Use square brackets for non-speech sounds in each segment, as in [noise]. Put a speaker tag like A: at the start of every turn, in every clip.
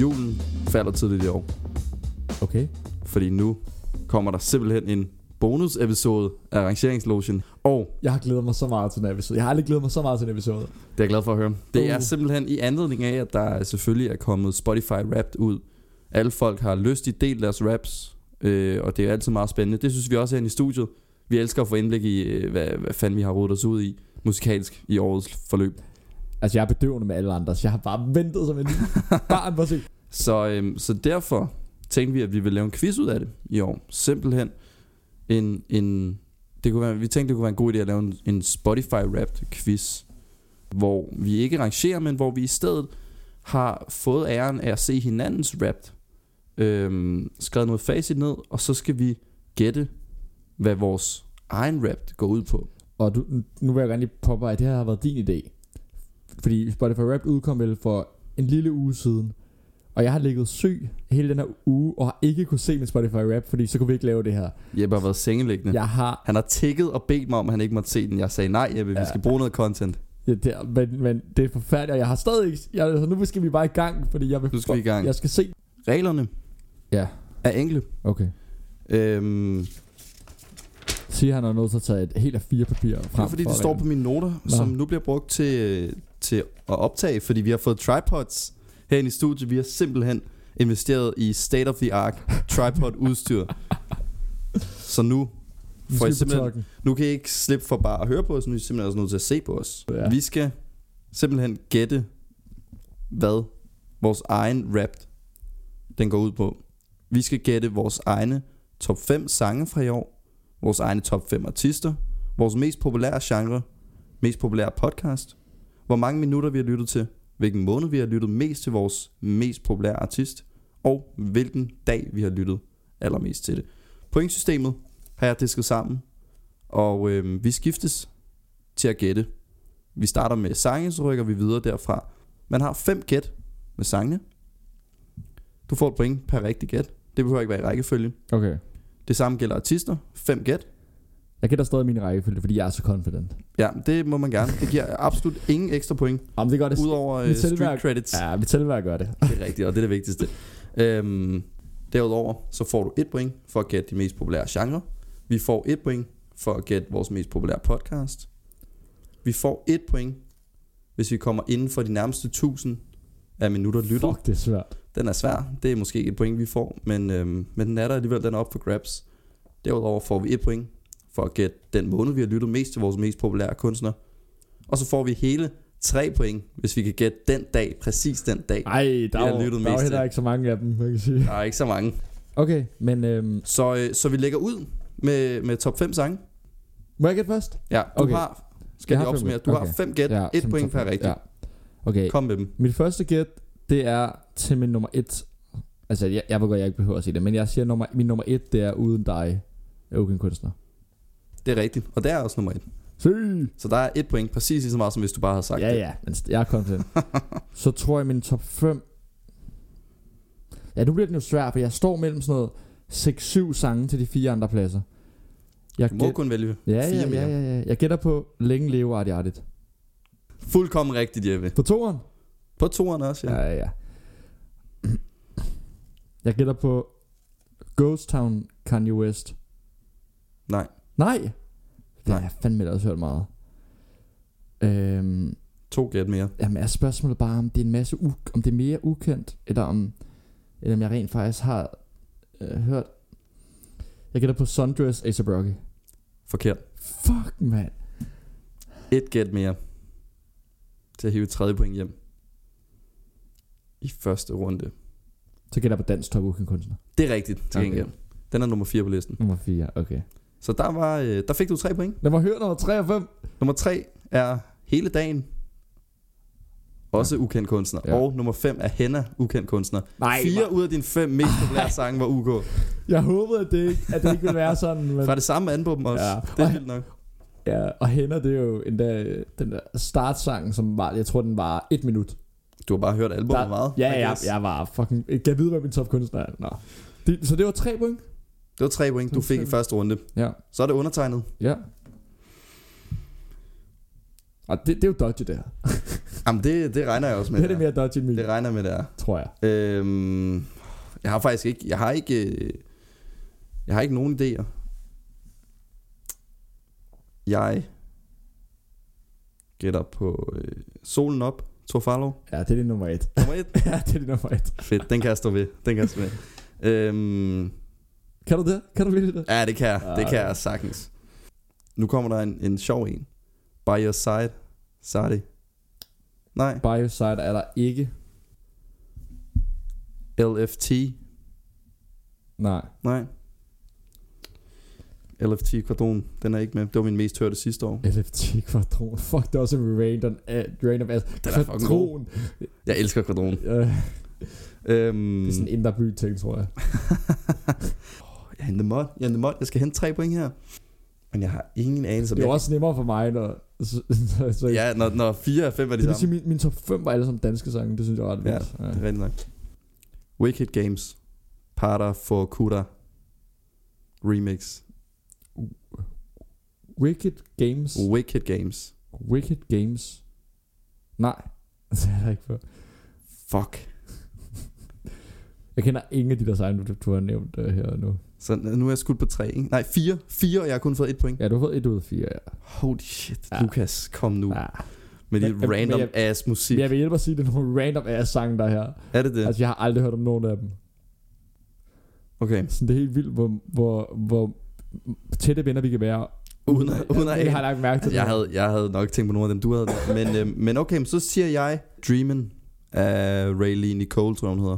A: Julen falder tidligt i år,
B: Okay.
A: fordi nu kommer der simpelthen en bonusepisode af Rangeringslogen. Og
B: Jeg har glædet mig så meget til den episode. Jeg har aldrig glædet mig så meget til den episode.
A: det er jeg glad for at høre. Det er
B: Uh.
A: simpelthen i anledning af, at der selvfølgelig er kommet Spotify Wrapped ud. Alle folk har lyst i del deres raps, øh, og det er altid meget spændende. Det synes vi også herinde i studiet. Vi elsker at få indblik i, øh, hvad, hvad fanden vi har rodet os ud i musikalsk i årets forløb.
B: Altså, jeg er bedøvende med alle andre, så jeg har bare ventet som en
A: [laughs]
B: barn på at se.
A: Så, øhm, så derfor tænkte vi, at vi ville lave en quiz ud af det i år. Simpelthen en... en det kunne være, vi tænkte, det kunne være en god idé at lave en, en Spotify-wrapped quiz, hvor vi ikke rangerer, men hvor vi i stedet har fået æren af at se hinandens wrapped. Øhm, skrevet noget facit ned, og så skal vi gætte, hvad vores egen wrapped går ud på.
B: Og du, nu vil jeg gerne lige påpege, at det her har været din idé. Fordi Spotify Wrapped udkom vel for en lille uge siden. Og jeg har ligget syg hele den her uge, og har ikke kunne se min Spotify Wrapped, fordi så kunne vi ikke lave det her.
A: Jeppe har været sengeliggende. Ja.
B: Jeg har...
A: Han har tækket og bedt mig om, at han ikke måtte se den. Jeg sagde, nej Jeppe, vi
B: Ja.
A: skal bruge noget content.
B: Ja, det er, men, men, det er forfærdeligt, og jeg har stadig ikke... Jeg, altså, nu skal vi bare i gang, fordi jeg vil...
A: Nu skal vi i gang.
B: Jeg skal se...
A: Reglerne
B: Ja.
A: er enkle.
B: Okay.
A: Øhm,
B: Siger han er nødt til at tage et helt af fire papirer frem.
A: det er fordi,
B: for
A: det
B: at
A: står
B: rent-
A: på mine noter, Nå. som nu bliver brugt til, til at optage, fordi vi har fået tripods herinde i studiet. Vi har simpelthen investeret i state-of-the-art tripod-udstyr. Så nu,
B: Nu
A: for I
B: skal vi på
A: simpelthen-
B: tokken.
A: nu kan I ikke slippe for bare at høre på os, nu er I simpelthen også nødt til at se på os.
B: Ja.
A: Ja. Vi skal simpelthen gætte, hvad vores egen rap, den går ud på. Vi skal gætte vores egne top 5 sange fra i år, vores egne top 5 artister, vores mest populære genre, mest populære podcast, hvor mange minutter vi har lyttet til, hvilken måned vi har lyttet mest til vores mest populære artist, og hvilken dag vi har lyttet allermest til det. Pointsystemet har jeg disket sammen, og øh, vi skiftes til at gætte. Vi starter med sange, så rykker vi videre derfra. Man har fem gæt med sangene. Du får et point per rigtig gæt. Det behøver ikke være i rækkefølge.
B: Okay.
A: Det samme gælder artister. Fem gæt.
B: Jeg gætter stadig min rækkefølge, fordi jeg er så confident.
A: Ja, det må man gerne. Det giver absolut ingen ekstra point,
B: Jamen, det gør det.
A: udover øh,
B: mit
A: street
B: selvværk-
A: credits.
B: Ja, vi tæller, hvad jeg gør det.
A: Det er rigtigt, og det er det vigtigste. Øhm, derudover, så får du et point for at gætte de mest populære genre. Vi får et point for at gætte vores mest populære podcast. Vi får et point, hvis vi kommer inden for de nærmeste 1000 af minutter lyttet.
B: Fuck, det er svært.
A: Den er svær. Det er måske ikke et point, vi får, men, øhm, men den er der alligevel. Den er op for grabs. Derudover får vi et point for at gætte den måned, vi har lyttet mest til vores mest populære kunstner. Og så får vi hele tre point, hvis vi kan gætte den dag, præcis den dag.
B: Ej, der
A: har
B: er, jo-
A: lyttet
B: der er jo
A: mest
B: heller
A: til.
B: ikke så mange af dem, man kan sige.
A: Der er ikke så mange.
B: Okay, men øhm,
A: Så, øh, så vi lægger ud med, med top 5 sange.
B: må jeg gætte først?
A: Ja, du okay.
B: Okay.
A: har, skal jeg
B: Jeg har fem
A: opsummere,
B: gæt.
A: du okay.
B: Okay.
A: har 5 gæt, ja, et
B: som
A: point
B: top-
A: per rigtig. Ja.
B: Okay, Kom.
A: Kom med dem.
B: mit første gæt, det er til min nummer et. Altså, jeg, jeg ved godt, jeg ikke behøver at sige det, men jeg siger, nummer, min nummer et, det er Uden dig, af Ugen Kunstner.
A: Det er rigtigt, og det er også nummer 1.
B: Se!
A: Så der er et point, præcis lige så meget, som hvis du bare har sagt
B: Ja,
A: det.
B: ja, men st- jeg er
A: [laughs]
B: confident. Så tror jeg, min top 5... Ja, nu bliver den jo svær, for jeg står mellem sådan noget 6-7 sange til de fire andre pladser. Jeg
A: Du må kun vælge
B: Ja,
A: fire
B: ja,
A: mere.
B: ja, ja, ja. Jeg gætter på Længe leve Arti Artit.
A: Fuldkommen rigtigt, Jeppe.
B: På toeren?
A: På toeren også, ja.
B: Ja, ja, ja. Jeg gætter på Ghost Town Kanye West.
A: Nej.
B: Nej! Det
A: Nej.
B: har jeg fandme da også hørt meget. Øhm,
A: To gæt mere.
B: jamen er spørgsmålet bare, om det er en masse u- om det er mere ukendt, eller om, eller om jeg rent faktisk har øh, hørt. Jeg gætter på Sundress A$AP Rocky.
A: Forkert.
B: Fuck, mand.
A: Et gæt mere. Til at hive et tredje point hjem. I første runde.
B: Så gætter jeg på dansk top ukendt kunstner.
A: Det er rigtigt, til
B: Okay.
A: gengæld. Den er nummer 4 på listen.
B: Nummer 4, okay.
A: Så der, var, øh, der fik du tre point.
B: Lad mig høre nummer 3 og 5.
A: Nummer 3 er Hele dagen. Også ja. ukendt kunstner. Ja.
B: Ja.
A: Og nummer 5 er Henna, ukendt kunstner.
B: Nej,
A: Ej, Fire ud af dine fem mest populære sange var UK.
B: Jeg håbede, at det ikke, at det ikke ville være sådan, men...
A: Fra det samme album også. Ja.
B: Ja.
A: Det er vildt nok.
B: Ja, og hænder, det er jo endda øh, den der startsang, som var, jeg tror, den var et minut.
A: Du har bare hørt albumet
B: Der-
A: meget.
B: Ja,
A: I
B: ja,
A: guess.
B: jeg var fucking... Jeg kan vide, hvad min topkunstner er. Nå. Det, så det var tre point?
A: Det var tre point, du
B: Det var
A: fik i
B: fem.
A: første runde.
B: Ja.
A: Så er det undertegnet.
B: Ja. Og det, det er jo dodgy, det her.
A: Jamen, det, det regner jeg også med.
B: det er det mere dodgy end min,
A: det regner jeg med, det er.
B: tror jeg.
A: Øhm, jeg har faktisk ikke, jeg har ikke, øh, jeg har ikke nogen idéer. Jeg gætter på øh, solen op, Tofalo.
B: Ja, det er det nummer et. [laughs]
A: Nummer et.
B: ja, det er det nummer et.
A: Fedt, den kan jeg stå ved. Den kan jeg stå ved. øhm,
B: Kan du det? Kan du virkelig det?
A: ja, det kan jeg. Det kan
B: Ah.
A: jeg sagtens. Nu kommer der en, en sjov en. By your side, Sadi. Nej,
B: Bioside er der ikke.
A: LFT.
B: Nej.
A: Nej. LFT Kvadron, den er ikke med. Det var min mest hørte sidste år.
B: LFT kvadron. Fuck, det er også en random, uh, random ass.
A: Den er fucking god.
B: Kvadron.
A: Jeg elsker Kvadron.
B: Øh,
A: Øhm,
B: det er sådan en indre by ting, tror jeg.
A: Altså, jeg henter mod. Jeg henter mod. Jeg skal hente tre point her. Men jeg har ingen anelse om
B: Det var
A: jeg-
B: også nemmere for mig, når... [laughs] Så, så, så,
A: Ja, når, når fire af fem er de
B: det vil sige,
A: samme.
B: min, min top 5 var alle sammen danske sange. Det synes jeg er ret
A: Ja,
B: vildt. Ja.
A: Det er rigtigt nok. Wicked Games. Parter for Kuda. Remix.
B: Wicked Games.
A: Wicked Games.
B: Wicked Games. Nej, [laughs] det er der ikke for.
A: Fuck.
B: Jeg kender ingen af de der sange, du, du har nævnt uh, her og nu.
A: Så nu er jeg skudt på tre, ikke? Nej, fire. Fire, og jeg har kun fået et point.
B: Ja, du har fået et ud af fire, ja.
A: Holy shit,
B: Ja.
A: Lukas, kom nu.
B: ja.
A: Med
B: Men-
A: dit
B: men- men
A: random
B: jeg-
A: ass musik.
B: Men jeg vil hjælpe at sige, at det er nogle random ass sange, der er her.
A: Er det
B: Ja.
A: det?
B: Altså, jeg har aldrig hørt om nogen af dem.
A: Okay.
B: Sådan, det er helt vildt, hvor, hvor, hvor tætte venner vi kan være.
A: Uden, at- uden at
B: jeg, jeg har lagt mærke
A: Altså,
B: til [laughs] det.
A: jeg, havde, jeg havde nok tænkt på nogle af dem, du havde. Men, øh, men okay, men så siger jeg Dreamin' af Rayleigh Nicole, tror jeg, hun hedder.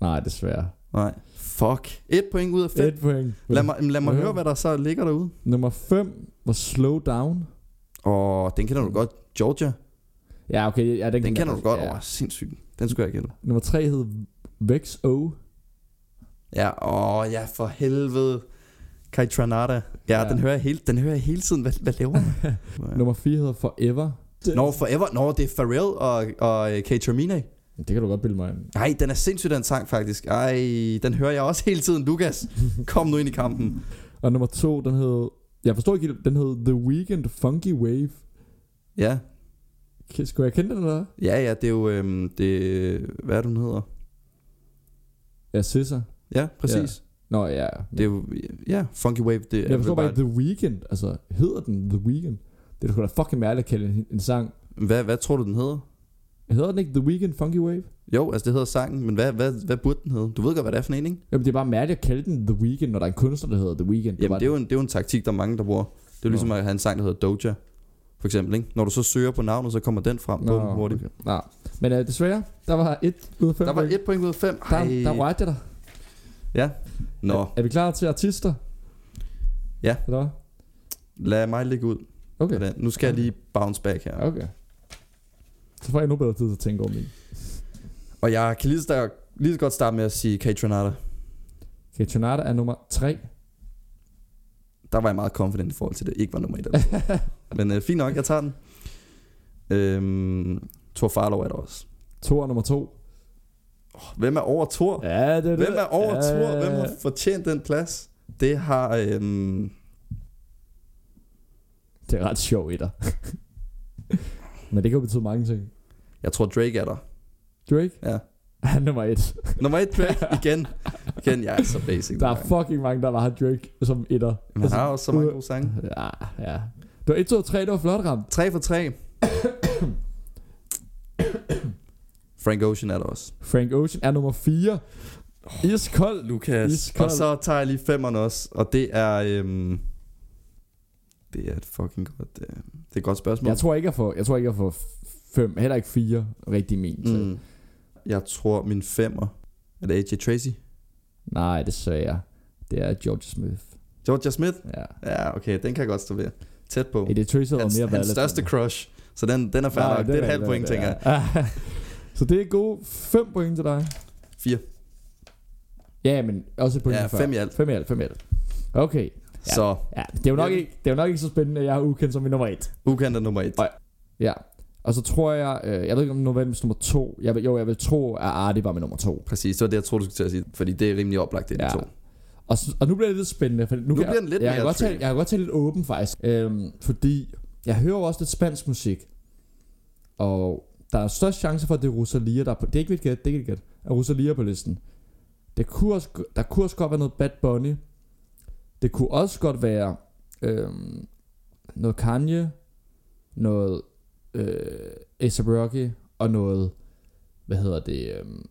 B: Nej, desværre.
A: Nej. Fuck. Et point ud af fem.
B: Et point.
A: Lad mig, lad mig
B: Ja.
A: høre, hvad der så ligger derude.
B: Nummer 5 var Slow Down.
A: Åh, den kender du godt. Georgia.
B: Ja, okay. Ja, den,
A: Den kender du godt. Åh,
B: Ja.
A: oh, sindssygt. Den skulle jeg kende.
B: Nummer 3 hed Vex O.
A: Ja, åh, oh, ja, for helvede. Kai Tranada. Ja,
B: Ja.
A: ja. Den, hører jeg hele, den hører jeg hele tiden. Hvad, hvad laver han?
B: [laughs]
A: Ja.
B: Nummer 4 hedder Forever.
A: Nå, Forever. Nå, det er Pharrell og, og øh, Kay Termine.
B: Det kan du godt bilde mig ind.
A: Nej, den er sindssygt, den sang faktisk. Ej, den hører jeg også [laughs] hele tiden. Lukas, kom nu ind i kampen.
B: Og nummer 2, den hed... Jeg forstår ikke helt, den hed The Weekend Funky Wave.
A: Ja,
B: Kan- Skulle jeg kende den eller hvad?
A: ja, ja, det er jo, øhm, det, hvad er det, hun hedder?
B: Ja, Sisser.
A: Ja, præcis.
B: Nå ja.
A: Ja. Det er jo, ja, Funky Wave, det
B: Men
A: er
B: jeg forstår
A: vel
B: bare ikke The Weekend. Altså, hedder den The Weekend? Det er sgu da fucking mærkeligt at kalde en, en sang.
A: hvad, hvad tror du, den hedder?
B: Hedder den ikke The Weekend Funky Wave?
A: Jo, altså det hedder sangen, men hvad, hvad, hvad burde den hedde? Du ved godt, hvad det er for en, ikke?
B: Jamen, det er bare mærkeligt at kalde den The Weekend, når der er en kunstner, der hedder The Weekend.
A: Jamen, det er, jo en, det er jo en taktik, der er mange, der bruger. Det er jo ligesom
B: Nå.
A: at have en sang, der hedder Doja, for eksempel, ikke? Når du så søger på navnet, så kommer den frem på den hurtigt.
B: okay. Nå. Men uh, desværre, der var et ud af fem.
A: Der var et point ud af fem.
B: Der,
A: Ej.
B: der rørte jeg dig.
A: Ja. Nå,
B: Er, er vi klar til artister?
A: Ja.
B: Eller hvad?
A: lad mig ligge ud.
B: Okay.
A: Okay. Nu skal jeg lige bounce back her.
B: Okay. Så får jeg endnu bedre tid til at tænke over min.
A: Og jeg kan lige så, start- lige så godt starte med at sige Kate Renata.
B: Okay, Tornado er nummer 3.
A: Der var jeg meget confident i forhold til, at det ikke var nummer et.
B: [laughs]
A: Men øh, fint nok, jeg tager den. Øhm, Thor Farlow er der også.
B: To er nummer 2.
A: Hvem er over Thor?
B: Ja, det er
A: Hvem er over Thor? Hvem
B: er...
A: har fortjent den plads? Det har... Øhm,
B: Det er ret sjovt etter. Men det kan jo betyde mange ting.
A: jeg tror, Drake er der.
B: Drake?
A: Ja.
B: Han er nummer 1.
A: Nummer et, Drake
B: [laughs]
A: igen. Igen, jeg er så basic.
B: Der er
A: nogle gange.
B: fucking mange, der bare har Drake som etter.
A: Men han har også så mange gode sange.
B: Ja, ja. Det var 1, 2, 3, det var flot ramt.
A: 3 for
B: [coughs]
A: 3. Frank Ocean er der også.
B: Frank Ocean er nummer 4. Iskold.
A: Lukas.
B: Iskold.
A: Og så tager jeg lige femmeren også, og det er... Øhm, det er et fucking godt... Øh, det er et godt spørgsmål.
B: Jeg tror ikke, jeg får, jeg tror ikke, jeg får 5, heller ikke 4 rigtig min. Mm.
A: mm, jeg tror, min femmer... Er det AJ Tracy?
B: Nej, desværre. Det er George Smith.
A: Georgia Smith?
B: Ja.
A: Ja, okay, den kan jeg godt stå ved. Tæt på.
B: Eddie Tracy havde
A: Hans,
B: mere
A: hans største crush. Så den, den er færdig nok. Det er et halvt point, tænker jeg.
B: jeg. [laughs] Så det er gode 5 point til dig.
A: Fire.
B: Ja, men også et point
A: Ja,
B: før.
A: fem i alt.
B: 5 i alt, 5 i alt. Okay. Ja.
A: Så
B: Ja, det er jo nok,
A: Ja.
B: ikke, det er jo nok ikke så spændende, at jeg har ukendt som min nummer 1.
A: ukendt er nummer et.
B: Og- Ja. Og så tror jeg, øh, jeg ved ikke om det nødvendigvis nummer 2. Jeg, vil- jo, jeg vil tro, at Artie var med nummer 2.
A: Præcis, det var det, jeg troede, du skulle til at sige. Fordi det er rimelig oplagt, det er de
B: Ja.
A: to.
B: Og, s- og nu bliver det lidt spændende. For nu, nu kan
A: bliver den lidt
B: jeg, jeg,
A: mere
B: kan godt tale,
A: tricky.
B: jeg kan godt tale lidt åben faktisk. Øhm, fordi jeg hører jo også lidt spansk musik. Og Der er størst chance for, at det er Rosalia, der er på... Det er ikke et gæt, det er ikke et gæt. Er Rosalia på listen. Det kunne også, der kunne også godt være noget Bad Bunny. Det kunne også godt være øhm, noget Kanye, noget øh, A$AP Rocky og noget, hvad hedder det, øhm,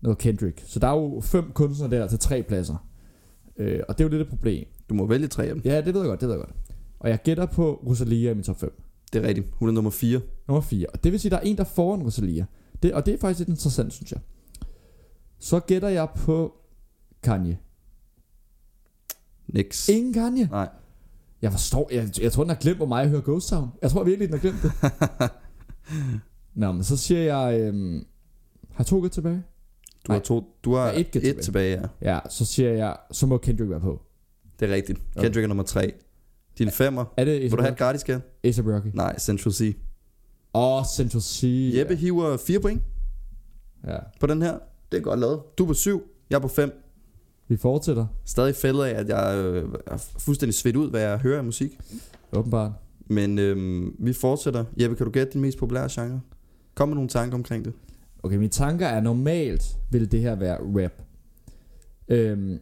B: noget Kendrick. Så der er jo fem kunstnere der til tre pladser. Øh, og det er jo lidt et problem.
A: Du må vælge tre af dem.
B: Ja, det ved jeg godt, det ved jeg godt. Og jeg gætter på Rosalia i min top 5.
A: Det er rigtigt. Hun er nummer 4.
B: Nummer 4. Og det vil sige, der er en, der er foran Rosalia. Det, og det er faktisk lidt interessant, synes jeg. Så gætter jeg på Kanye.
A: Nix.
B: Ingen Kanye.
A: Nej.
B: Jeg forstår, jeg, jeg tror, den har glemt, hvor meget jeg hører Ghost Town. Jeg tror virkelig, den har glemt det.
A: [laughs]
B: Nå, men så siger jeg, øhm, har to gæt tilbage?
A: Du har,
B: Nej.
A: to, du har
B: Ja, et
A: et,
B: gæt tilbage.
A: et tilbage, ja.
B: Ja, så siger jeg, så må Kendrick være på.
A: Det er rigtigt. Kendrick er nummer 3. Din femmer.
B: Er det
A: Vil du have et gratis gæt?
B: A$AP Rocky?
A: Nej, Central C.
B: Åh, oh, Central C.
A: Jeppe hiver 4 point
B: Ja.
A: på den her. Det er godt lavet. Du er på 7. Jeg er på 5.
B: Vi fortsætter,
A: Stadig fældet af, at jeg øh, er fuldstændig svedt ud, hvad jeg hører af musik.
B: åbenbart.
A: Men øhm, vi fortsætter. Jeppe, kan du gætte din mest populære genre? Kom med nogle tanker omkring det.
B: Okay, mine tanker er normalt, vil det her være rap. Øhm,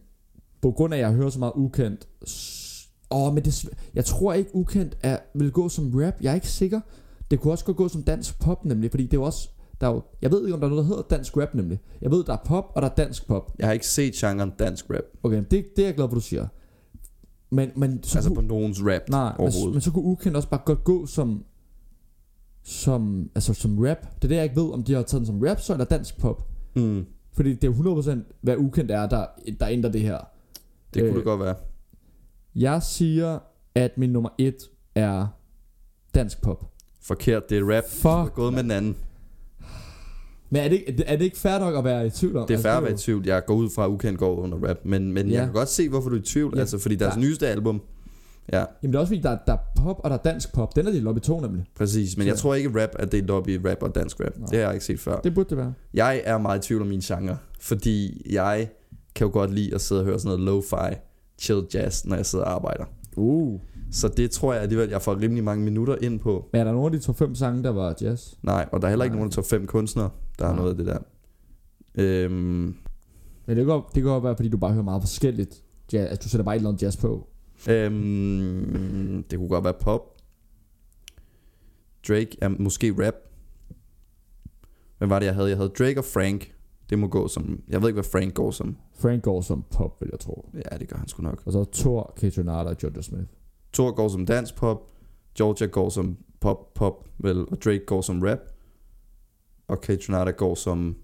B: på grund af, at jeg hører så meget ukendt. s- Åh, oh, men det, er sv- jeg tror ikke, ukendt er, vil gå som rap. Jeg er ikke sikker. Det kunne også godt gå som dansk pop, nemlig. Fordi det er jo også... Der er jo, jeg ved ikke, om der er noget, der hedder dansk rap, nemlig. Jeg ved, der er pop, og der er dansk pop.
A: Jeg har ikke set genren dansk rap.
B: Okay, det, det er jeg glad for, du siger. Men, men så
A: Altså på nogens rap.
B: Nej, men,
A: overhovedet.
B: men så kunne ukendt også bare godt gå som som, altså som rap. Det er det, jeg ikke ved, om de har taget den som rap, så eller dansk pop.
A: Mm,
B: Fordi det er jo 100% hvad ukendt er, der, der ændrer det her.
A: det kunne
B: Øh.
A: det godt være.
B: Jeg siger, at min nummer et er dansk pop.
A: Forkert, det er rap. Du
B: Fuck.
A: er gået med den anden.
B: Men er det, ikke- er det ikke fair nok at være i tvivl om?
A: Det er
B: Altså,
A: færre at være
B: jo-
A: i tvivl. Jeg går ud fra, at ukendt går under rap. Men, men ja.
B: Ja.
A: jeg kan godt se, hvorfor du er i tvivl.
B: Ja.
A: Ja. Altså, fordi deres
B: Ja.
A: ja. nyeste album... Ja,
B: Jamen det er også fordi, der, er- der er pop og der er dansk pop. Den er delt op i to nemlig.
A: præcis. Men
B: Så-
A: jeg tror ikke, rap er delt op i rap og dansk rap.
B: Nej.
A: Det har jeg ikke set før.
B: Det burde det være.
A: Jeg er meget i tvivl om min genre, fordi jeg kan jo godt lide at sidde og høre sådan noget lo-fi, chill jazz, når jeg sidder og arbejder.
B: Uh.
A: Så det tror jeg alligevel, jeg får rimelig mange minutter ind på.
B: Men er der nogen af de to fem sange, der var jazz?
A: Nej, og der er heller ikke
B: Nej.
A: nogen af de top 5 kunstnere, der er
B: Nej.
A: noget af det der. Øhm,
B: Men det kan godt- det kan godt være, fordi du bare hører meget forskelligt. Ja, altså, du sætter bare et eller andet jazz på.
A: øhm, det kunne godt være pop. Drake er måske rap. Hvad var det, jeg havde? Jeg havde Drake og Frank. Det må gå som... Jeg ved ikke, hvad Frank går som.
B: Frank går som pop, vil jeg tro.
A: Ja, det gør han sgu nok.
B: Og så Thor, Ketonada og Jojo Smith.
A: Thor går som dansk pop. Georgia går som pop, pop, vel. Og Drake går som rap. Og Kate Renata går som...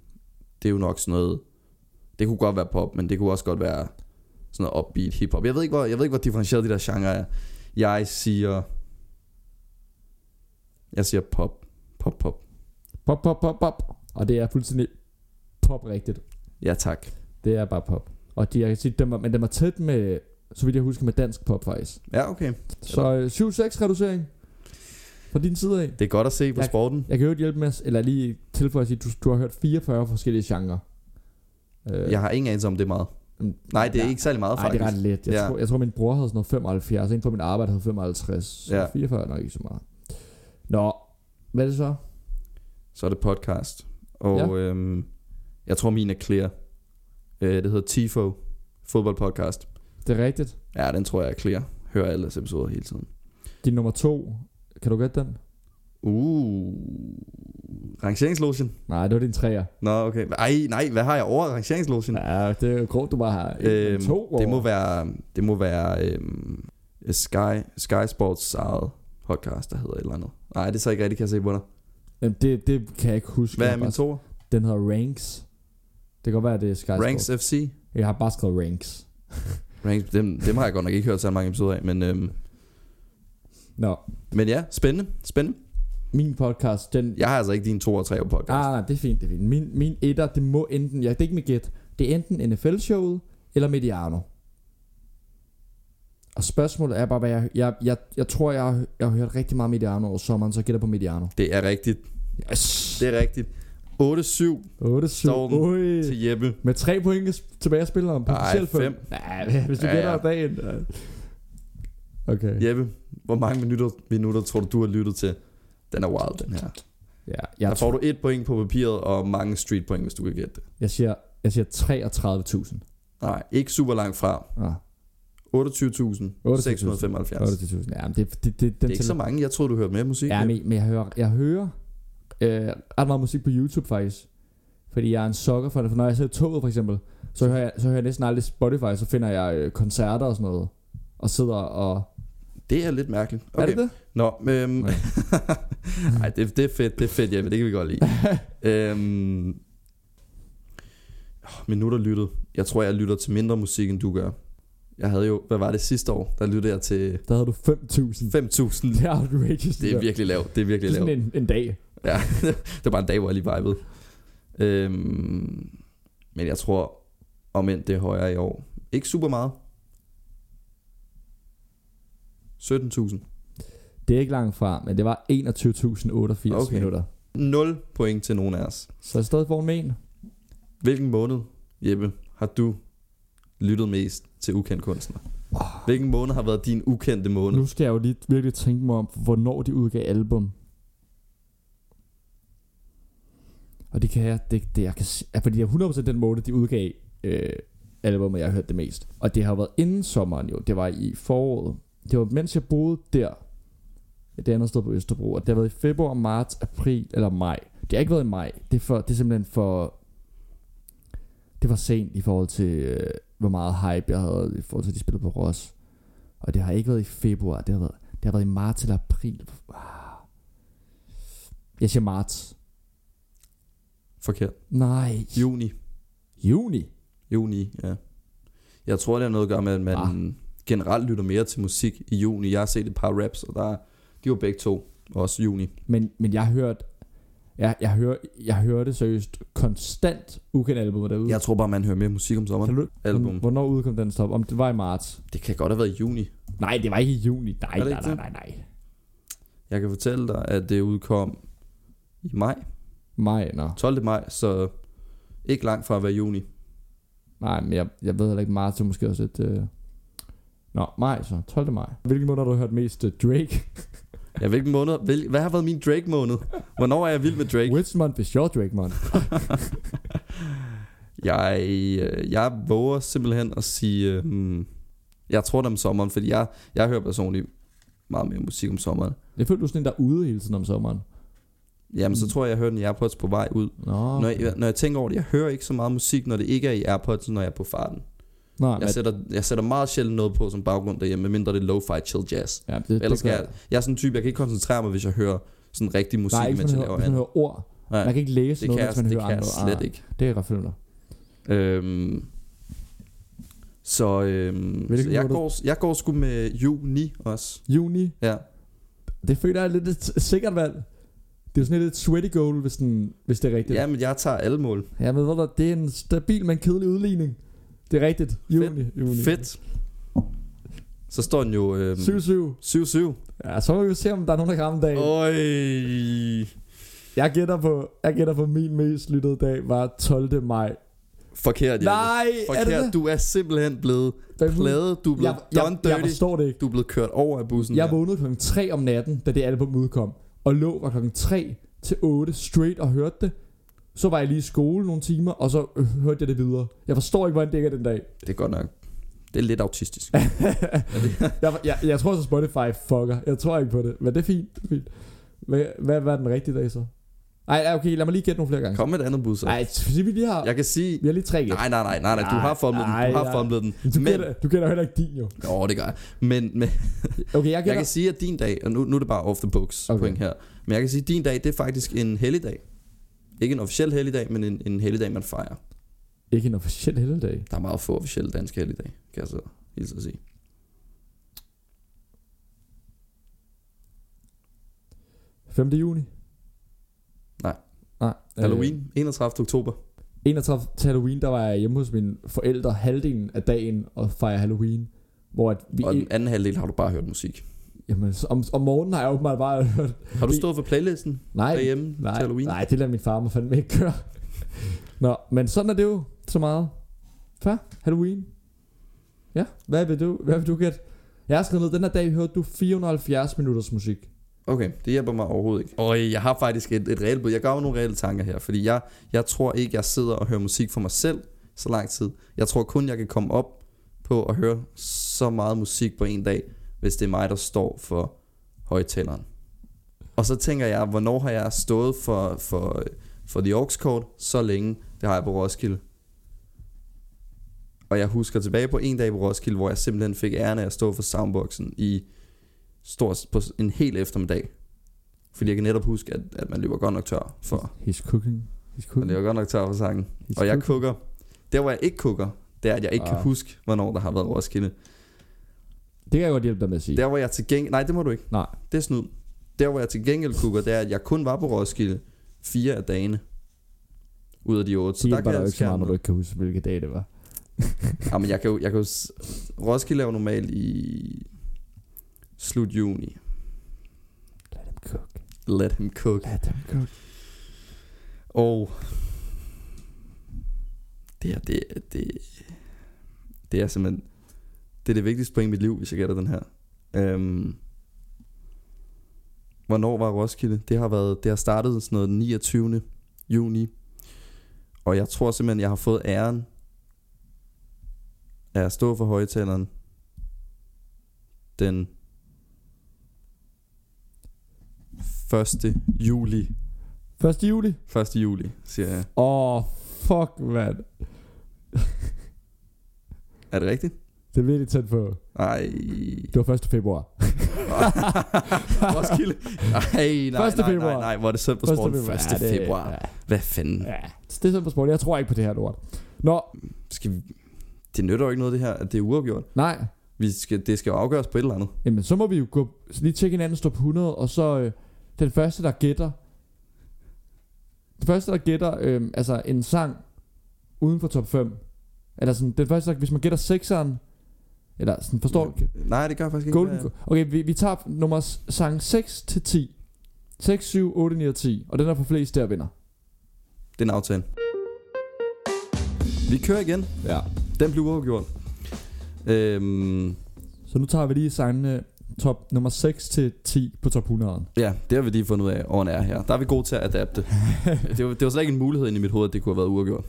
A: Det er jo nok sådan noget... Det kunne godt være pop, men det kunne også godt være sådan noget upbeat hiphop. Jeg ved ikke, hvor, jeg ved ikke, hvor differentieret de der genre er. Jeg siger... Jeg siger pop. Pop, pop.
B: Pop, pop, pop, pop. Og det er fuldstændig pop rigtigt.
A: Ja, tak.
B: Det er bare pop. Og de, jeg kan sige, dem var, men den var tæt med, så vidt jeg husker, med dansk pop faktisk.
A: Ja, okay.
B: Så øh, 7-6 reducering fra din side af.
A: Det er godt at se på
B: Jeg-
A: sporten.
B: Jeg kan jo ikke hjælpe med, at- eller lige tilføje at sige, du, du har hørt 44 forskellige genrer. Øh,
A: Jeg har ingen anelse om det er meget. Nej, det er
B: ja.
A: ikke særlig meget,
B: Nej, det
A: faktisk.
B: er ret let. Jeg, ja.
A: Ja.
B: tror, jeg tror, min bror havde sådan noget 75, en på min arbejde havde 55, så ja.
A: Ja.
B: 44 er nok ikke så meget. Nå, hvad er det så?
A: Så er det podcast. Og
B: Ja.
A: ja. øhm, jeg tror, min er clear. Øh, det hedder TIFO, fodboldpodcast.
B: Det er rigtigt.
A: Ja, den tror jeg er clear. Hører alle deres episoder hele tiden.
B: Din nummer to, kan du gætte den?
A: Uh, rangeringslogen.
B: Nej, det var din træer.
A: Nå, okay. Ej, nej, hvad har jeg over rangeringslogen?
B: Ja, det er jo grovt, du bare har en, øhm, to over.
A: det må være, det må være øhm, Sky, Sky Sports eget podcast, der hedder et eller andet. Nej, det er så ikke rigtigt, kan jeg se på dig.
B: Jamen, det, det kan jeg ikke huske.
A: Hvad
B: Jeg
A: er min
B: har bare-
A: to?
B: Den hedder Ranks. Det kan godt være, at det er Sky
A: Ranks
B: Sports.
A: FC.
B: Jeg har bare skrevet Ranks.
A: Ranks, dem, dem har jeg godt nok ikke hørt så mange episoder af, men, øhm,
B: Nå,
A: men ja, spændende, spændende.
B: min podcast, den...
A: Jeg har altså ikke din 2 og 3 podcast.
B: Ah, nej, det er fint, det er fint. Min, min etter, det må enten... Jeg, det er ikke mit gæt. Det er enten NFL-showet eller Mediano. Og spørgsmålet er bare, hvad jeg... Jeg, jeg, jeg tror, jeg har, jeg har hørt rigtig meget Mediano over sommeren, så jeg gætter på Mediano.
A: Det er rigtigt.
B: Yes!
A: Det er rigtigt. 8-7
B: 8-7.
A: Står den
B: Oj.
A: til Jeppe.
B: Med tre point tilbage at spille om. potentielt
A: fem.
B: Nej, hvis du
A: Ja,
B: gætter
A: ja.
B: ja. dagen. ja. Okay.
A: Jeppe, hvor mange minutter, minutter tror du, du har lyttet til? Den er wild, den her.
B: Ja,
A: Der
B: jeg,
A: får du et point på papiret og mange street point, hvis du kan gætte det.
B: jeg siger, jeg siger 33.000.
A: Nej, ikke super langt fra.
B: Ah,
A: 28.675.
B: 28.000. Ja, men det, det, det,
A: Det
B: den
A: er ikke så
B: tæller-
A: mange. Jeg troede, du hørte mere musik.
B: Ja, men, men jeg hører, jeg hører øh, ret meget musik på YouTube faktisk. Fordi jeg er en sokker for det. For når jeg sidder i toget for eksempel, så hører jeg, så hører jeg næsten aldrig Spotify, så finder jeg øh, koncerter og sådan noget. Og sidder og...
A: Det er lidt mærkeligt.
B: Okay. Er det det?
A: Nå, øhm, [laughs]
B: Nej.
A: Nej, det, det er fedt, det er fedt, Jeppe, det kan vi godt lide. øhm, åh, minutter lyttet. Jeg tror, jeg lytter til mindre musik, end du gør. Jeg havde jo, hvad var det sidste år, der lyttede jeg til
B: Der havde du 5.000.
A: 5.000.
B: Det er outrageous.
A: Det er
B: der.
A: virkelig lavt, det er
B: det
A: virkelig
B: er
A: lavt.
B: sådan en, en dag.
A: Ja, det var bare en dag, hvor jeg lige vibede. Øhm, men jeg tror, om end det er højere i år. Ikke super meget. 17.000.
B: Det er ikke langt fra, men det var 21.088
A: Okay.
B: okay. minutter.
A: 0 point til nogen af os.
B: Så jeg er stadig foran med en.
A: Hvilken måned, Jeppe, har du lyttet mest til ukendt kunstner? Hvilken måned har været din ukendte måned?
B: Nu skal jeg jo lige virkelig tænke mig om, hvornår de udgav album. Og det kan jeg, det, det jeg kan se, ja, fordi det er 100% den måde, de udgav øh, albumet, jeg har hørt det mest. Og det har jo været inden sommeren jo, det var i foråret. Det var mens jeg boede der, det andet sted på Østerbro, og det har været i februar, marts, april eller maj. Det har ikke været i maj, det er, for, det er simpelthen for, det var sent i forhold til, øh, hvor meget hype jeg havde, i forhold til, at de spillede på Ross. Og det har ikke været i februar, det har været, det har været i marts eller april. Ah. Jeg siger marts.
A: Forkert.
B: Nej.
A: Juni.
B: Juni.
A: Juni, ja. Jeg tror, det har noget at gøre med, at man
B: Ah.
A: generelt lytter mere til musik i juni. Jeg har set et par raps, og der, de var begge to. Også juni.
B: Men, men jeg har hørt, jeg, jeg, hører, jeg hørte seriøst konstant ukendt album derude.
A: Jeg tror bare, man hører mere musik om sommeren.
B: Kan du,
A: Album.
B: Hvornår udkom den stop? Om det var i marts?
A: Det kan godt have været i juni.
B: Nej, det var ikke i juni. Nej,
A: Er det
B: nej,
A: ikke
B: nej, nej, nej.
A: Jeg kan fortælle dig, at det udkom i maj.
B: Maj, nå.
A: 12. maj, så ikke langt fra at være juni.
B: Nej, men jeg, jeg ved heller ikke, marts er måske også et... Øh... Nå, maj så. 12. maj. Hvilken måned har du hørt mest øh, Drake?
A: Ja, hvilken måned? Hvil, hvad har været min Drake-måned? Hvornår er jeg vild med Drake?
B: Which month is your Drake month?
A: Jeg, øh, jeg våger simpelthen at sige, øh, hmm, jeg tror det er om sommeren, fordi jeg, jeg hører personligt meget mere musik om sommeren.
B: Jeg følte, du er sådan en, der er ude hele tiden om sommeren.
A: Jamen,
B: Mm.
A: så tror jeg, jeg hører den i Airpods på vej ud.
B: Nå,
A: Når jeg, når jeg tænker over det, jeg hører ikke så meget musik, når det ikke er i Airpods, når jeg er på farten.
B: Nej, men,
A: Jeg sætter, jeg sætter meget sjældent noget på som baggrund derhjemme, medmindre det er lo-fi chill jazz.
B: ja, det,
A: Ellers
B: det
A: skal
B: gør-
A: jeg, jeg er sådan en type, jeg kan ikke koncentrere mig, hvis jeg hører sådan rigtig musik,
B: Nej, ikke
A: mens
B: hvis
A: jeg
B: man,
A: laver
B: hører, hvis man
A: andet.
B: hører ord. Man
A: Nej,
B: kan ikke læse
A: det
B: noget,
A: kan jeg,
B: hvis man
A: det
B: hører
A: kan jeg
B: andre.
A: slet
B: Ah,
A: ikke.
B: Det er jeg ret følger.
A: Øhm, så øhm,
B: Hvilken
A: så jeg,
B: måned?
A: går, jeg går sgu med juni også.
B: Juni,
A: Ja.
B: det føler jeg er lidt et sikkert valg. Det er jo sådan lidt et sweaty goal, hvis, den, hvis det er rigtigt.
A: ja, men jeg tager alle mål.
B: Ja, men ved du, det er en stabil, men kedelig udligning. Det er rigtigt. Juni. juni.
A: Fedt. Så står den jo... Øhm,
B: 7-7.
A: 7-7.
B: Ja, så må vi jo se, om der er nogen, der kan ramme dagen.
A: Øj.
B: Jeg gætter på, jeg gætter på min mest lyttede dag var 12. maj.
A: Forkert, Jeppe.
B: Nej, er det
A: Forkert.
B: det?
A: Du er simpelthen blevet
B: Hvad-
A: pladet. Du er blevet
B: jeg, jeg,
A: done
B: jeg
A: dirty.
B: forstår det ikke.
A: du er blevet kørt over af bussen.
B: Jeg
A: her.
B: vågnede klokken 3 om natten, da det album udkom, og lå fra klokken 3 til 8 straight og hørte det. Så var jeg lige i skole nogle timer, og så øh, hørte jeg det videre. Jeg forstår ikke, hvordan det ikke er den dag.
A: Det er godt nok. Det er lidt autistisk.
B: [laughs] jeg, jeg, jeg tror så Spotify fucker. Jeg tror ikke på det, men det er fint. Det er fint. Hvad, hvad, hvad er den rigtige dag så? Ej, ej, okay, lad mig lige gætte nogle flere gange.
A: Kom med et andet bud, så.
B: Ej, så vi lige har,
A: Jeg kan sige...
B: vi har lige tre gæt.
A: Nej, nej, nej, nej, nej, du har fumlet den,
B: Nej,
A: du har
B: nej.
A: fumlet den.
B: Du,
A: Men,
B: gætter, du gætter heller ikke din jo.
A: åh, det gør jeg. Men, men,
B: Okay, jeg
A: Jeg
B: gætter.
A: kan sige, at din dag, og nu, nu er det bare off the books okay.
B: Okay.
A: point her, men jeg kan sige, at din dag, det er faktisk en helligdag. Ikke en officiel helligdag, men en, en helligdag, man fejrer.
B: Ikke en officiel helligdag.
A: Der er meget få officielle danske helligdage, kan jeg så hilse at sige.
B: Øh. dag. 5. juni.
A: Nej.
B: Nej. øh,
A: Halloween, 31. oktober.
B: 31 til Halloween, der var jeg hjemme hos mine forældre halvdelen af dagen og fejrede Halloween. Hvor at vi...
A: Og den anden halvdel har du bare hørt musik.
B: Jamen, så om, om morgenen har jeg åbenbart bare hørt...
A: Har du
B: Vi-
A: stået for playlisten
B: Nej,
A: derhjemme
B: nej,
A: til Halloween?
B: nej, det lader min far mig fandme ikke køre. [laughs] Nå, men sådan er det jo så meget. Før Halloween. Ja, hvad vil du, hvad vil du gætte? Jeg har skrevet ned, den her dag hørte du 470 minutters musik.
A: Okay, det hjælper mig overhovedet ikke. Og jeg har faktisk et, et reelt bud. Jeg gør mig nogle reelle tanker her, fordi jeg, jeg tror ikke, jeg sidder og hører musik for mig selv så lang tid. Jeg tror kun, jeg kan komme op på at høre så meget musik på en dag, hvis det er mig, der står for højtaleren. Og så tænker jeg, hvornår har jeg stået for, for, for The Aux Court så længe? Det har jeg på Roskilde. Og jeg husker tilbage på en dag på Roskilde, hvor jeg simpelthen fik æren af at stå for soundboxen i stort på en hel eftermiddag. Fordi jeg kan netop huske, at, at man løber godt nok tør for,
B: He's cooking. He's
A: man
B: cooking.
A: løber godt nok tør for sangen.
B: He's
A: Og jeg
B: cooking.
A: kukker. Der hvor jeg ikke kukker, det er, at jeg ikke kan
B: Ah.
A: huske, hvornår der har været Roskilde.
B: Det kan jeg godt hjælpe dig med at sige.
A: Der hvor jeg til gengæld... Nej, det må du ikke.
B: Nej.
A: Det er snyd. Der hvor jeg til gengæld kukker, det er, at jeg kun var på Roskilde fire af dagene. Ud af de otte.
B: Så
A: Så der
B: hjælper
A: kan jeg
B: dig jo ikke så
A: skære
B: meget,
A: ned.
B: når du ikke kan huske, hvilke dage det var.
A: Ja, men jeg kan jo, jeg kan jo s- Roskilde er jo normalt i slut juni.
B: Lad dem cook.
A: Let him cook.
B: Lad dem cook.
A: Og det her, det, det, det er simpelthen, det er det vigtigste point i mit liv, hvis jeg gætter den her. Øhm, hvornår var Roskilde? Det har været, det har startet sådan noget den 29. juni. Og jeg tror simpelthen, jeg har fået æren af at stå for højtaleren den 1. juli.
B: 1. juli.
A: 1. juli, siger jeg.
B: Åh, oh, fuck, mand.
A: Er det rigtigt?
B: Det er virkelig tæt på. [laughs]
A: Ej.
B: Det var 1. februar.
A: Roskilde. Ej, nej,
B: Første
A: nej, nej,
B: februar.
A: nej, nej, hvor er det sødt på
B: 1.
A: sporten. 1.
B: februar. Ja, det-
A: februar.
B: ja.
A: Hvad fanden?
B: Ja, det er sådan på sport. Jeg tror ikke på det her lort. Nå,
A: Skal vi... Det nytter jo ikke noget, det her, at det er uafgjort.
B: nej.
A: Vi skal, det skal jo afgøres på et eller andet.
B: Jamen, så må vi jo gå, lige tjekke hinanden stå på 100, og så øh, den første, der gætter... Den første, der gætter øh, altså en sang uden for top 5. Eller sådan, den første, der, hvis man gætter 6'eren, eller sådan, forstår du?
A: Nej, det gør jeg faktisk ikke.
B: Golden, okay, vi, vi tager nummer s- sang 6 til 10. 6, 7, 8, 9 og 10. Og den er for flest, der vinder.
A: Det er en aftale. Vi kører igen.
B: Ja.
A: Den blev uafgjort. Øhm,
B: Så nu tager vi lige sangene top nummer 6 til 10 på top 100.
A: ja, det har vi lige fundet ud af, åren er her. Der er vi gode til at
B: [laughs]
A: adapte. det, var, det var slet ikke en mulighed inde i mit hoved, at det kunne have været uafgjort.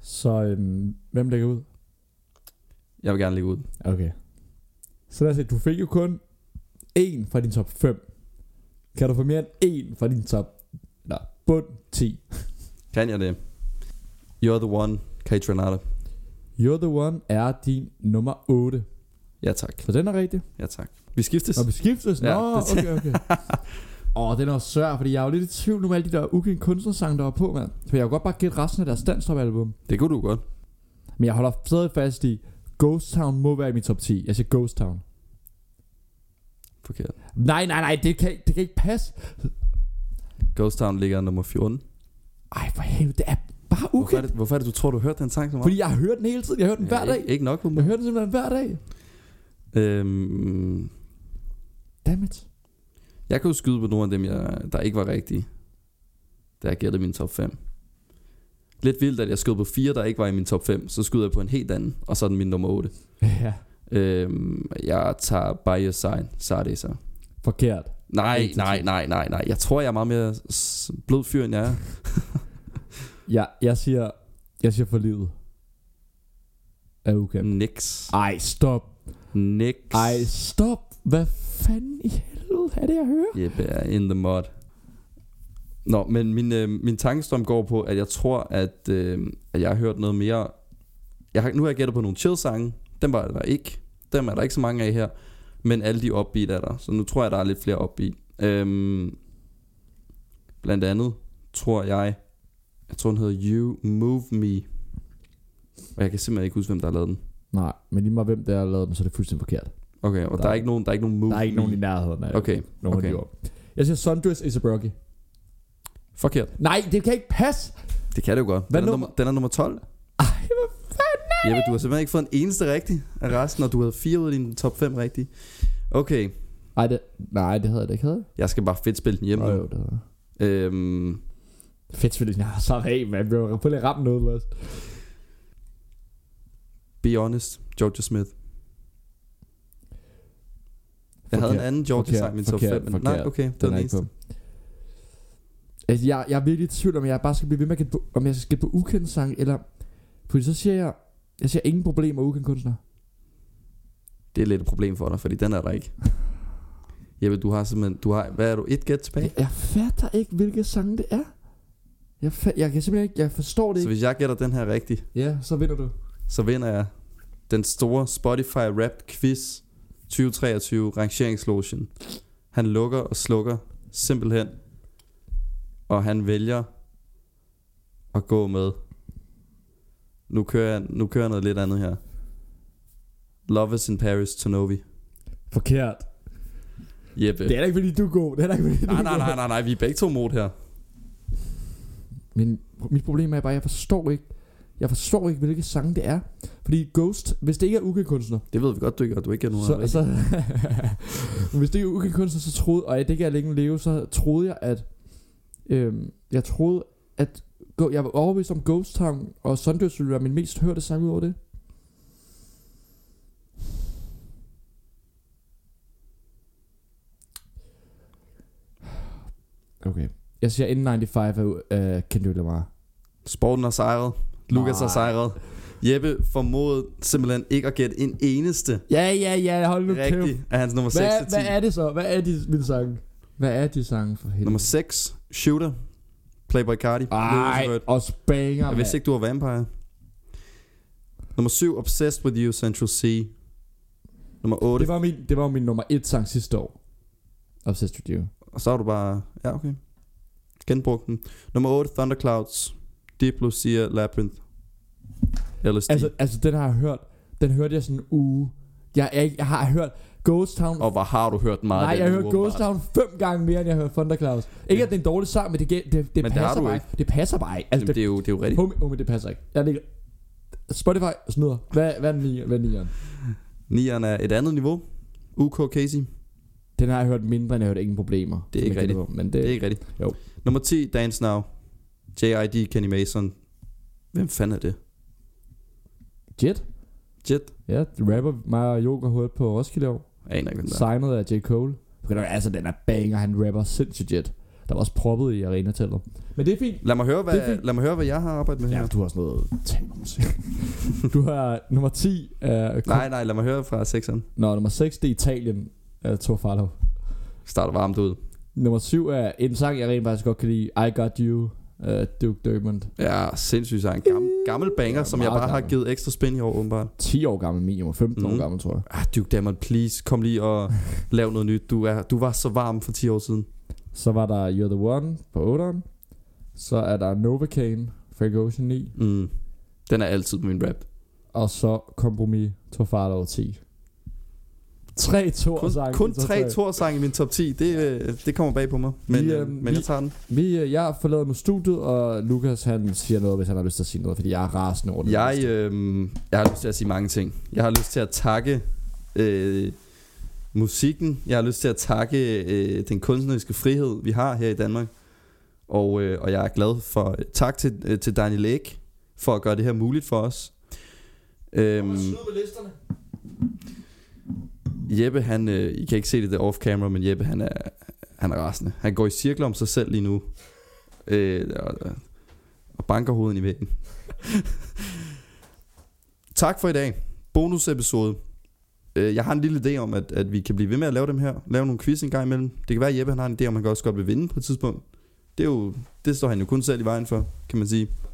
B: Så øhm, hvem lægger ud?
A: Jeg vil gerne lægge ud.
B: Okay. Så lad os se, du fik jo kun en fra din top 5. Kan du få mere end en fra din top eller bund 10?
A: Kan jeg det? You're the one, Kate Renata.
B: You're the one er din nummer 8.
A: Ja tak,
B: Så den er rigtig.
A: ja tak. Vi skiftes.
B: Når vi skiftes? Nå,
A: Ja,
B: ja,
A: det-
B: okay, okay. [laughs] Åh, oh, den er også svær, fordi jeg er jo lidt i tvivl nu med alle de der ukendte kunstnersange, der var på, mand. For jeg kunne godt bare gætte resten af deres danstopalbum.
A: Det kunne du godt.
B: Men jeg holder stadig fast i, Ghost Town må være i min top 10. Jeg siger Ghost Town.
A: Forkert.
B: Nej, nej, nej, det kan, ikke- det kan ikke passe.
A: Ghost Town ligger nummer 14.
B: Ej, for helvede, det er bare
A: Hvorfor, er
B: ukendt.
A: det, hvorfor er det, du tror, du hørte den sang så meget?
B: Fordi jeg har hørt den hele tiden. Jeg har hørt den hver
A: Ja,
B: dag.
A: Ikke, ikke nok på
B: Jeg
A: mig.
B: hører den simpelthen hver dag.
A: Øhm,
B: Dammit.
A: jeg kan jo skyde på nogle af dem, jeg, der ikke var rigtige, da jeg gættede min top 5. Lidt vildt, at jeg skød på fire, der ikke var i min top 5. Så skyder jeg på en helt anden, og så er den min nummer 8.
B: Ja,
A: Øhm, jeg tager By Your Side, Sade så.
B: forkert.
A: Nej,
B: Ikke
A: nej, nej, nej, nej. Jeg tror, jeg er meget mere s- blød fyr, end jeg er.
B: Ja, jeg siger, jeg siger for livet. Er ukendt.
A: Mm. Nix.
B: Ej, stop.
A: Nix.
B: Ah. Ej, stop. Hvad fanden i helvede er det, jeg hører?
A: Jeppe er in the mud. Nå, men min, øh, min tankestrøm går på, at jeg tror, at, øh, at jeg har hørt noget mere... Jeg har, nu har jeg gættet på nogle chill-sange. Dem var der ikke. Dem er der ikke så mange af her. Men alle de upbeat er der. Så nu tror jeg, der er lidt flere upbeat. Øhm, blandt andet tror jeg... Jeg tror, den hedder You Move Me. Og jeg kan simpelthen ikke huske, hvem der har lavet den.
B: Nej, men lige meget hvem der har lavet dem, så er det fuldstændig forkert.
A: Okay, og der, der
B: Der-
A: er ikke nogen, der er ikke nogen Move
B: Der er ikke
A: Me.
B: nogen i nærheden af
A: Okay,
B: nogen
A: okay.
B: af de ord. Jeg siger Sundress is a Broggy.
A: Forkert.
B: Nej, det kan ikke passe.
A: Det kan det jo godt.
B: Hvad
A: den, er
B: nummer-
A: nummer, den er nummer 12.
B: Ej, hvad fanden er
A: Jeppe, du har simpelthen ikke fået en eneste rigtig af resten, og du havde fire ud af dine top 5 rigtige. Okay,
B: Ej, det, nej, det havde jeg da ikke, havde jeg?
A: jeg skal bare fedt spille den hjem
B: Nå,
A: nu.
B: jo, det havde jeg.
A: Øhm,
B: Fedt, selvfølgelig. Jeg har så af, man blev på lidt ramt noget, Lars.
A: be honest, Georgia Smith. Jeg Jeg havde en
B: Forkert.
A: anden Georgia
B: Forkert.
A: sang i min top 5,
B: Forkert.
A: men nej,
B: Forkert.
A: okay, det var
B: Den
A: den
B: er ikke
A: eneste.
B: på. Altså, jeg, jeg er virkelig i tvivl om, jeg bare skal blive ved med at gætte på, om jeg skal gætte på ukendt sang, eller... Fordi så siger jeg, jeg ser ingen problemer med ukendt kunstner.
A: Det er lidt et problem for dig, fordi den er der
B: [laughs]
A: ikke. Jeppe, du har simpelthen, du har, hvad er du, et gæt tilbage?
B: Jeg, jeg fatter ikke, hvilke sange det er. Jeg, fa- jeg kan simpelthen ikke, jeg forstår det
A: Så
B: ikke.
A: hvis jeg gætter den her rigtig,
B: Ja, så vinder du.
A: så vinder jeg den store Spotify Rap Quiz 2023 rangeringslogen. Han lukker og slukker simpelthen, og han vælger at gå med. Nu kører jeg, nu kører jeg noget lidt andet her. Love is in Paris, Tonovi.
B: Forkert.
A: Jeppe.
B: Det er da ikke, fordi du er god. Det er da ikke, fordi du
A: Nej,
B: er
A: nej,
B: god.
A: nej, nej, nej, vi er begge to mod her.
B: Men mit problem er bare, at jeg forstår ikke, jeg forstår ikke, hvilke sange det er. Fordi Ghost, hvis det ikke er ukendt kunstner,
A: Det ved vi godt, du ikke gør. Du ikke er nogen
B: så,
A: så,
B: så [laughs] Men hvis det ikke er ukendt kunstner, så troede, og det ikke er længe leve, så troede jeg, at øhm, jeg troede, at Go- jeg var overbevist om Ghost Town og Sundøs ville være min mest hørte sang ud over det. Okay. Jeg siger inden 95 af uh, Kendrick Lamar.
A: Sporten har sejret. Lukas har
B: Nej.
A: sejret. Jeppe formodede simpelthen ikke at gætte en eneste
B: Ja, ja, ja, hold nu kæft.
A: rigtig af hans nummer 6
B: Hvad,
A: til 10.
B: hvad er det så? Hvad er de mine sange? Hvad er de sange for helvede?
A: Nummer 6, Shooter, Playboy Cardi, Lewis
B: Ej,
A: Bird.
B: og banger,
A: Jeg vidste
B: mand.
A: ikke, du var vampire. Nummer 7, Obsessed With You, Central C. Nummer 8,
B: Det var, min, det var min nummer et sang sidste år. Obsessed With You.
A: og så har du bare, ja okay, genbrugt den. Nummer 8, Thunderclouds, Deep Blue Sea, Labyrinth, LSD.
B: Altså, altså, den har jeg hørt. Den hørte jeg sådan en uge. Jeg, jeg, jeg har hørt Ghost Town.
A: og hvor har du hørt meget
B: Nej,
A: af
B: jeg
A: den
B: hørte
A: nu,
B: Ghost
A: åbenbart.
B: Town fem gange mere, end jeg hørte Thunderclouds. Ikke
A: Ja.
B: at det er en dårlig sang, men det, det, det, det
A: det har
B: passer
A: du
B: bare ikke. Det passer bare ikke. Altså,
A: Jamen, det, er jo, det er jo rigtigt.
B: homie, homie, det passer ikke. Jeg ligger... Spotify snyder. Hvad, hvad er nieren? Hvad er nieren? Altså-
A: Nieren er et andet niveau. UK Casey.
B: Den har jeg hørt mindre, end jeg har hørt ingen problemer.
A: Det er
B: som
A: ikke
B: jeg gætter på, Men det,
A: Det er ikke rigtigt.
B: Øh, Jo.
A: Nummer 10, Dance Now. J.I.D. Kenny Mason. Hvem fanden er det?
B: Jet?
A: Jet?
B: Ja, rapper mig og Joker hørte på Roskilde i år.
A: Jeg aner ikke, hvem der er.
B: Signet af J. Cole. Fordi der- Altså, den er banger, han rapper sindssygt jet. Der var også proppet i arenateltet. Men det er fint.
A: Lad mig, høre,
B: Det er
A: hvad,
B: fint.
A: lad mig høre, hvad jeg har arbejdet med
B: Ja,
A: her.
B: du har sådan noget tændmusik. du har nummer 10. Uh,
A: Nej, nej, lad mig høre fra 6'eren.
B: Nå, nummer 6, det er Italien af Thor Farlow.
A: Starter varmt ud.
B: Nummer 7 er en sang, jeg rent faktisk godt kan lide. I Got You, uh, Duke Dermond.
A: Ja, sindssygt sang. Gammel, gammel banger,
B: Ja,
A: som jeg
B: meget
A: bare har
B: gammel.
A: givet ekstra spin i år, åbenbart.
B: 10 år gammel minimum, 15 mm.
A: Mhm.
B: år gammel, tror jeg.
A: Ah, Duke Damon, please, kom lige
B: [laughs]
A: og lav noget nyt. Du, er, du var så varm for 10 år siden.
B: Så var der You're The One på 8'eren. Så er der Novocaine, Frank Ocean 9.
A: Mm. Den er altid på min rap.
B: Og så kompromis Tofar over 10 Tre to
A: Kun, kun tre Thor-sange i min top 10. Det, øh, det kommer bag på mig. Men,
B: Vi,
A: øh,
B: øhm,
A: men
B: vi-
A: jeg tager den.
B: Vi, øh, jeg forlader nu studiet Og Lukas han siger noget Hvis han har lyst til at sige noget Fordi jeg er rasende over det
A: Jeg, øh, jeg har lyst til at sige mange ting. Jeg har lyst til at takke øh, musikken. Jeg har lyst til at takke øh, den kunstneriske frihed, vi har her i Danmark. Og, øh, og jeg er glad for... Tak til, øh, til Daniel Ek for at gøre det her muligt for os. Øhm, Jeppe, han... Øh, I kan ikke se det der off-camera, men Jeppe, han er, han er rasende. Han går i cirkler om sig selv lige nu. Øh, og, og banker hovedet i væggen. tak for i dag. Bonusepisode. Øh, Jeg har en lille idé om, at, at vi kan blive ved med at lave dem her. Lave nogle quiz en gang imellem. Det kan være, at Jeppe han har en idé om, at han kan også godt vil vinde på et tidspunkt. Det, er jo, det står han jo kun selv i vejen for, kan man sige.